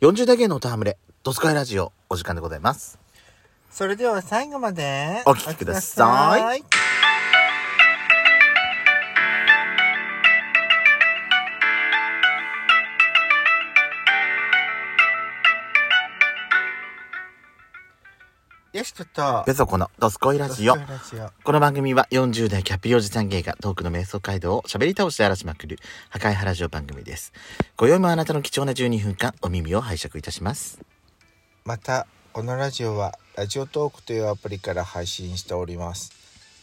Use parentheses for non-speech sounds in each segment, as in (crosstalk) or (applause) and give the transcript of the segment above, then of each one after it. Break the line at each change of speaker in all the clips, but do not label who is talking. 40代芸のタームレ、ドスカイラジオ、お時間でございます。
それでは最後まで
お聞きください
お聞きくだいよしとと
ベソコのドスコイラジオ
ド。スコイラジオ
この番組は40代キャッピーおじさん芸がトークの瞑想街道を喋り倒して荒らしまくる破壊ハラジオ番組です。今宵もあなたの貴重な12分間お耳を拝借いたします。
またこのラジオはラジオトークというアプリから配信しております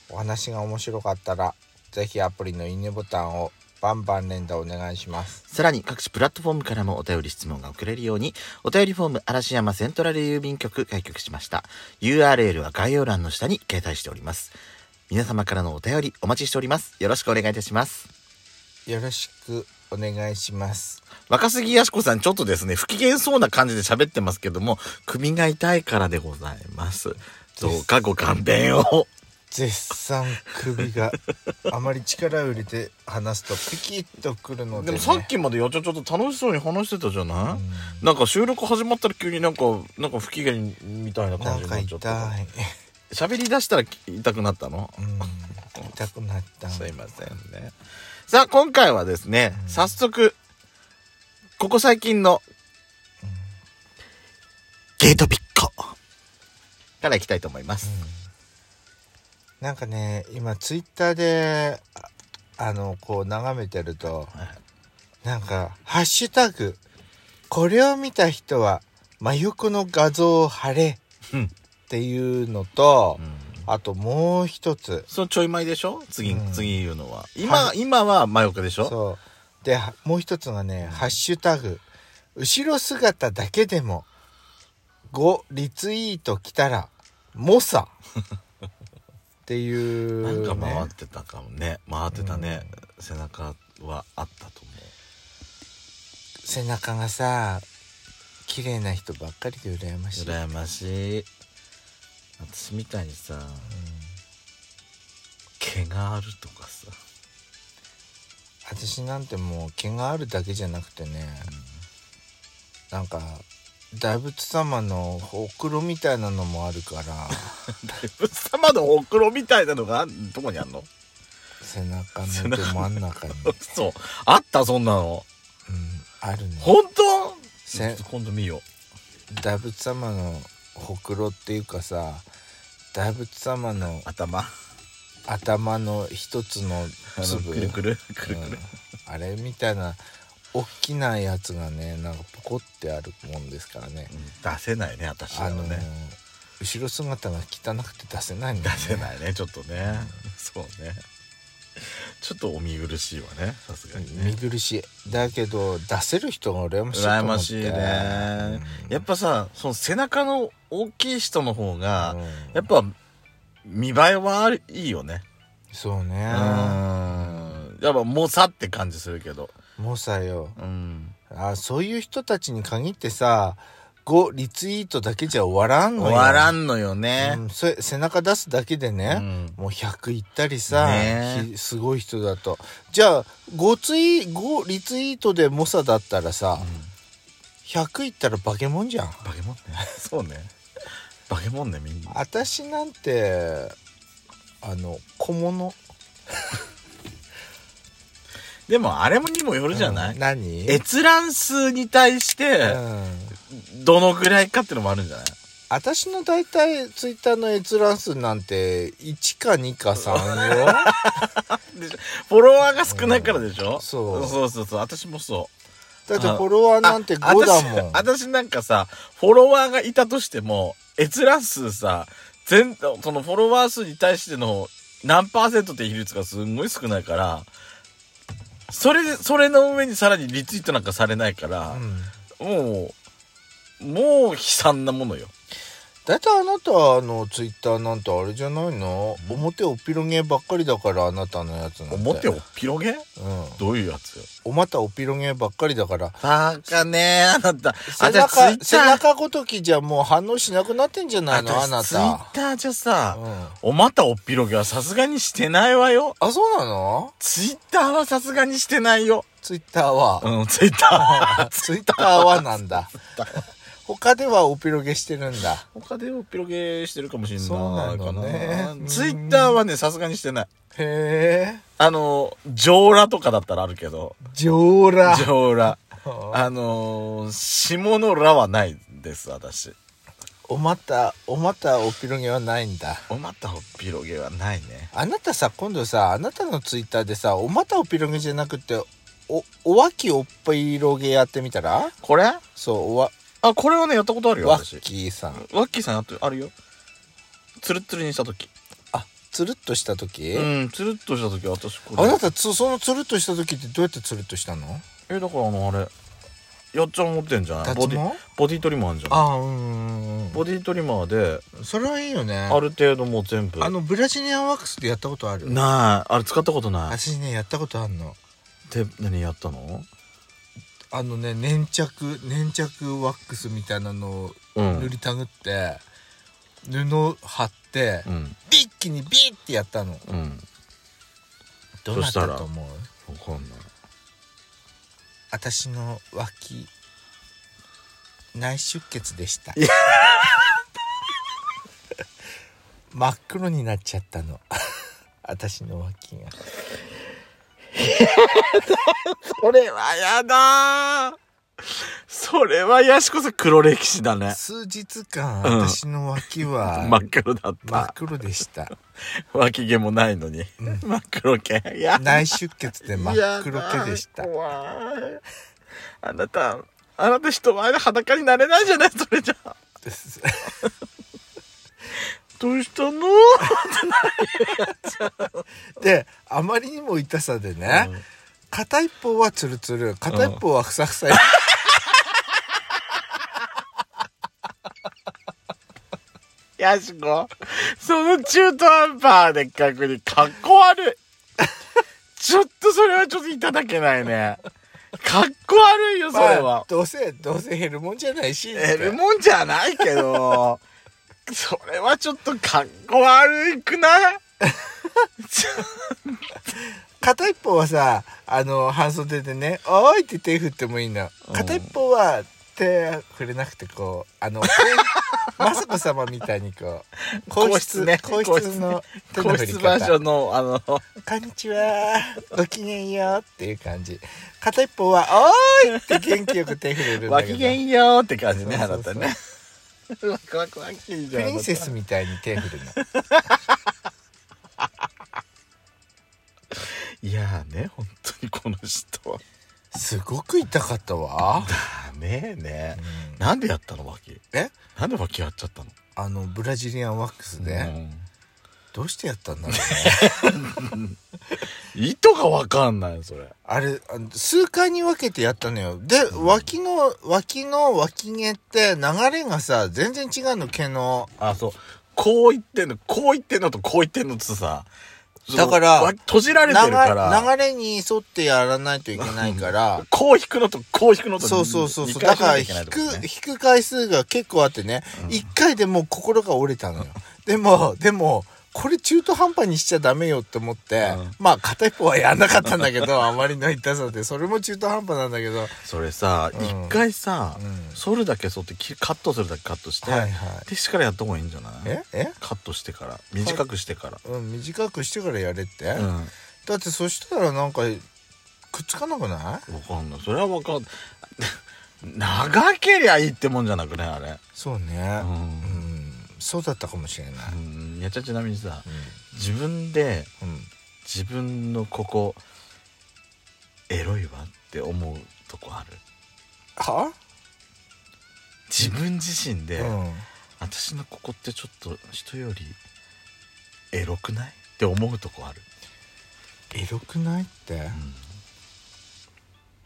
お話が面白かったらぜひアプリのいいねボタンをバンバン連打お願いします
さらに各種プラットフォームからもお便り質問が送れるように、お便りフォーム嵐山セントラル郵便局開局しました。URL は概要欄の下に掲載しております。皆様からのお便りお待ちしております。よろしくお願いいたします。
よろしくお願いします
若杉やしこさん、ちょっとですね、不機嫌そうな感じで喋ってますけども、首が痛いからでございます。どうかご勘弁を。
絶賛首
(laughs)
があまり力を入れて話すとピキッとくるの
で
で、ね、
もさっきまでやちょちょっと楽しそうに話してたじゃない、なんか収録始まったら急になんか、なんか不機嫌みたいな
な
感
ん
じに
か
なっ
痛
ちゃ
い
った。喋り出したら痛くなったの、
うん痛くなった
すいませんね。さあ、今回はですね、早速、ここ最近の、ゲートピッコからいきたいと思います。
なんかね今ツイッターでああのこう眺めてると
はい
なんか「ハッシュタグこれを見た人は真横の画像を貼れ」
うん
っていうのと、
うん
あともう一つ
そのちょい前でしょ次、
うん
次言うのは。今、今は真横でしょ
そうではもう一つがね「ハッシュタグ後ろ姿だけでも5リツイート来たら猛者」っていう、
な
ね、
んか回ってたかもね。回ってたね。背中はあったと思
背中がさ綺麗な人ばっかりで羨まし
う。
い、うん
羨ましい。私みたいにさ、毛があるとかさ。 (laughs)
私なんてもう毛があるだけじゃなくてね、なんか大仏様のほくろみたいなのもあるから
大仏様のほくろみたいなのがあんどこにあんの (laughs)
背中のど真ん中に、うん、
そう。あったそんなの。
あるね
本当ちょ
せ
っと今度見よ
大仏様のほくろっていうかさ大仏様の
う。 (laughs) 頭。
頭の一つの
あの
粒
くるくるくるくる。
うんあれみたいな大きなやつがねなんかポコってあるもんですからね
うん出せないね、私
あ
は
の
ね。
後ろ姿が汚くて出せないん
出
だ、ね、
せないねちょっとねそうねちょっとお見苦しいわねさすがに
見
ね
苦しいだけど出せる人が羨ましいと思っ
羨
て
ましいね、やっぱさその背中の大きい人の方が、
うん
やっぱ見栄えはあるいいよね
そう
う
ね
んやっぱ猛者って感じするけど
もうさよ
うん
あそういう人たちに限ってさ5リツイートだけじゃ終わらんのよ
終わら
ん
んのよね、
うん、それ背中出すだけでね、
うん
もう100いったりさ、
ね
ひすごい人だとじゃあ5ツイ5リツイートで猛者だったらさ、100いったら化け物じゃん
バケモン
(laughs)
ねそうねバケモンねみんな
私なんてあの小物
でもあれもにもよるじゃない、
うん何
閲覧数に対して、
うん、
どのぐらいかってのもあるんじゃない
私の大体ツイッターの閲覧数なんて1か2か3よ
(laughs) フォロワーが少ないからでしょ、
んそう
そうそうそう私もそう
だってフォロワーなんて
あ
5だもん
私私なんかさフォロワーがいたとしても閲覧数さ全そのフォロワー数に対しての何パーセントって比率がすんごい少ないからそれでそれの上にさらにリツイートなんかされないから
う、ん
もうもう悲惨なものよ
だいたいあなたあのツイッターなんてあれじゃないの、表おっぴろげばっかりだからあなたのやつなんて
表を広げ
うん
どういうやつよ
おまたおっぴろげばっかりだから
バカねあなた
背中背中ごときじゃもう反応しなくなってんじゃないのあな
ツイッ
た
ターじゃさ、
うん
おまたおっぴろげはさすがにしてないわよ。
あそうなの
ツイッターはさすがにしてないよ。
ツイッターは、
(laughs) うん、ツイッター。
ツイッターはなんだ。他ではおピロゲしてるんだ。
他でおっぴろげしてるかもしれないか
そうな
な。
のね
ツイッターはね、さすがにしてない。
へえ。
あの、上裸とかだったらあるけど、
上羅。
上裸。
あ
あのー、下のらはないです、私。
おまた、おまたおピロゲはないんだ。
おまたおっぴろげはないね。
あなたさ、今度さ、あなたのツイッターでさ、おまたおピロゲじゃなくて、お、おわきおっぴろげやってみたら
これ
そう、おわ、
あ、これはね、やったことあるよ、
わっ
私。
きーさん。
ワッキーさんやってあるよ。つるっつるにしたとき。
あ、つるっとした時、
うん、つるっとしたとき、私これ。
あなたつ、そのつるっとした時ってどうやってつるっとしたの
え、だからあの、あれ、やっちゃん持ってんじゃないボ
脱
デ
毛
ィ、ボディトリマーあんじゃん。
あ、うんうんうん
ボディトリマーで、
それはいいよね。
ある程度もう全部。
あの、ブラジリアンワックスでやったことある
ない。あれ使ったことない。
私ね、やったことあるの。
で、何やったの
あのね、粘着、粘着ワックスみたいなのを
う
塗
ん。
りたぐって、布貼って、
うん。
ビッキにビーってやったの。
うん。
どうな
そ
っ
したたら
と思う
わかんない。
私の脇、内出血でした。 (laughs) 真っ黒になっちゃったの。 (laughs) 私の脇が。
それはやだーそれはやしこさ黒歴史だね。
数日間、
うん
私の脇は、
真っ黒だっ。
真った黒でした。
脇毛もないのに。
うん
真っ黒毛。いや
内出血で真っ黒毛でした (laughs)
やだー怖いあなた、あなた人前で裸になれないじゃない、それじゃ。
です
どうしたの
であまりにも痛さでね、
うん
片一方はツルツル片一方はふさふさ、
やしこ、その中途半端で確にかっこ悪い。ちょっとそれはちょっといただけないね。かっこ悪い (laughs) よ、そ
まあ
れは。
どうせどうせ減るもんじゃないし
えるもんじゃないけど、それはちょっとかっこ悪いくないちょ
片一方はさあの半袖でね「おーい!」って手振ってもいいの
うん
片一方は手触れなくてこうあの
(laughs)
雅子様みたいにこう
皇室ね
皇室の手の
皇
振り
室バージョ
方
ンの、あの、
「こんにちはごきげんよう」っていう感じ片一方は「おーい!」って元気よく手振れるんだ
わ
け
(laughs)
ど
きげんようって感じね、
そう
あ
そ
な
うそ
た
う
ね。わくわくわきいいじ
プ
ゃん。
リンセスみたいに手振るの。
(laughs) あなた。いやーね、本当にこの人は。
すごく痛かったわ。
ダメね。なんでやったの、脇。
え
なんで脇やっちゃったの
あの、ブラジリアンワックスで、どうしてやったんだろうね。
うん意図がわかんない、それ。
あれ、あの数回に分けてやったのよ。で、脇の、脇の脇毛って流れがさ、全然違うの、毛の。
あ、そう。こう言ってんの、こう言ってんのとこう言ってんのってさ、その
だから
わ閉じられ
流
てるから、
流れに沿ってやらないといけないから。
こう引くのとこう引くのと
そうそうそうそう。
理解
だ
しなきゃ
から
い
引
けないっ
く
てことね、
引く回数が結構あってね、一、回でもう心が折れたのよ。でも、でも、これ中途半端にしちゃダメよって思って、
うん
まあ片一方はやんなかったんだけど、 (laughs) あまりの痛さで、それも中途半端なんだけど、
それさ、
うん
一回さ、
うん
剃るだけ剃ってきカットするだけカットして、
はいはい
でしからやった方がいいんじゃない
ええ
カットしてから短くしてから、
うん、短くしてからやれって、
うん
だってそしたらなんか、くっつかなくない
わかんないそれはわかん長けりゃいい (laughs) ってもんじゃなくねあれ
そうね
う。、
うんん、そうだったかもしれない。
うん、いやちゃちなみにさ自分で
うん。うん
自分のここエロいわって思うとこある
は
自分自身で、
うん。
私のここってちょっと人よりエロくないって思うとこある、
エロくないって、
うん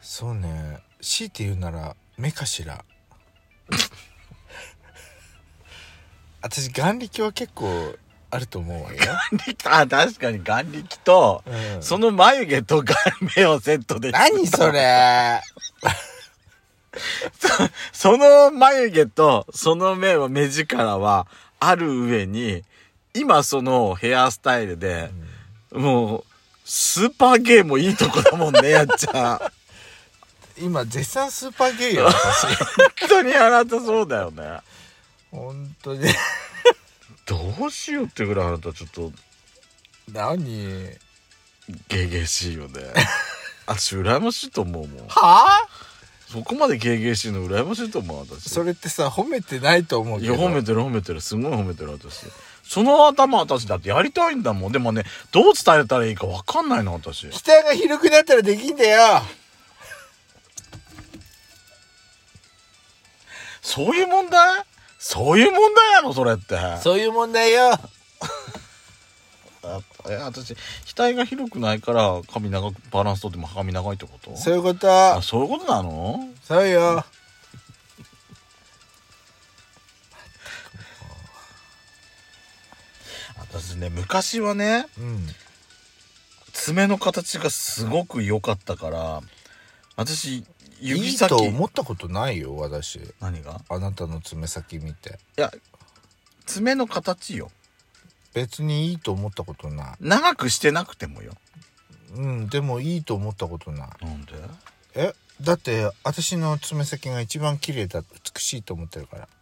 そうね強いて言うなら目かし (laughs) ら私眼力は結構あると思うわよ、
あ確かに眼力と、
うん
その眉毛と眼目をセットで
何それ
その眉毛とその目は目力はある上に今そのヘアスタイルで、もうスーパーゲーもいいとこだもんねやっちゃん
今絶賛スーパーゲイよ (laughs) 私
本当に腹立つそうだよね。
本当に
どうしようってぐらい腹立つちょっと
何
ゲゲしいよね。私羨ましいと思うもん。
はあ
そこまでゲゲしいの羨ましいと思う私。
それってさ褒めてないと思う
い
け
や
ど
褒めてる褒めてるすごい褒めてる私その頭私だってやりたいんだもんでもねどう伝えたらいいか分かんないの私
額が広くなったらできんだよ
そういう問題そういう問題やろそれって
そういう問題よ
あえ私額が広くないから髪長くバランスとっても髪長いってこと
そういうこ
あ
と
そういうことなの
そうよ
私ね昔はね
うん
爪の形がすごく良かったから私指
いいと
先
思ったことないよ私
何が
あなたの爪先見て
いや爪の形よ
別にいいと思ったことな
長くしてなくてもよ
いうんでもいいと思ったことない
なんで
えだって私の爪先が一番綺麗だ美しいと思ってるから
(laughs)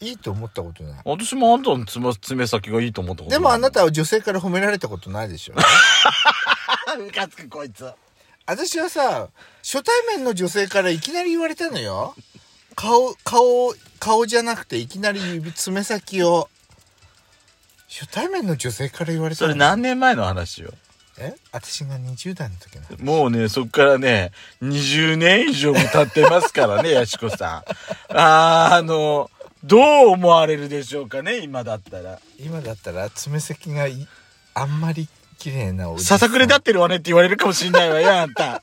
いいと思ったことない
私もあんたの爪爪先がいいと思ったこと
でもあな
は
たは女性から褒められたことないでし
(laughs)
ょ
ムカつくこいつ
私はさ初対面の女性からいきなり言われたのよ顔顔顔じゃなくていきなり指爪先を初対面の女性から言われた
そ
の
れ何年前の話よ
え私が20代の時なの
もうねそっからね20年以上も経ってますからねやしこさんあーあのどう思われるでしょうかね今だったら
今だったら爪先がいあんまり綺麗なおじさん
ささくれ立ってるわねって言われるかもしんないわよあんた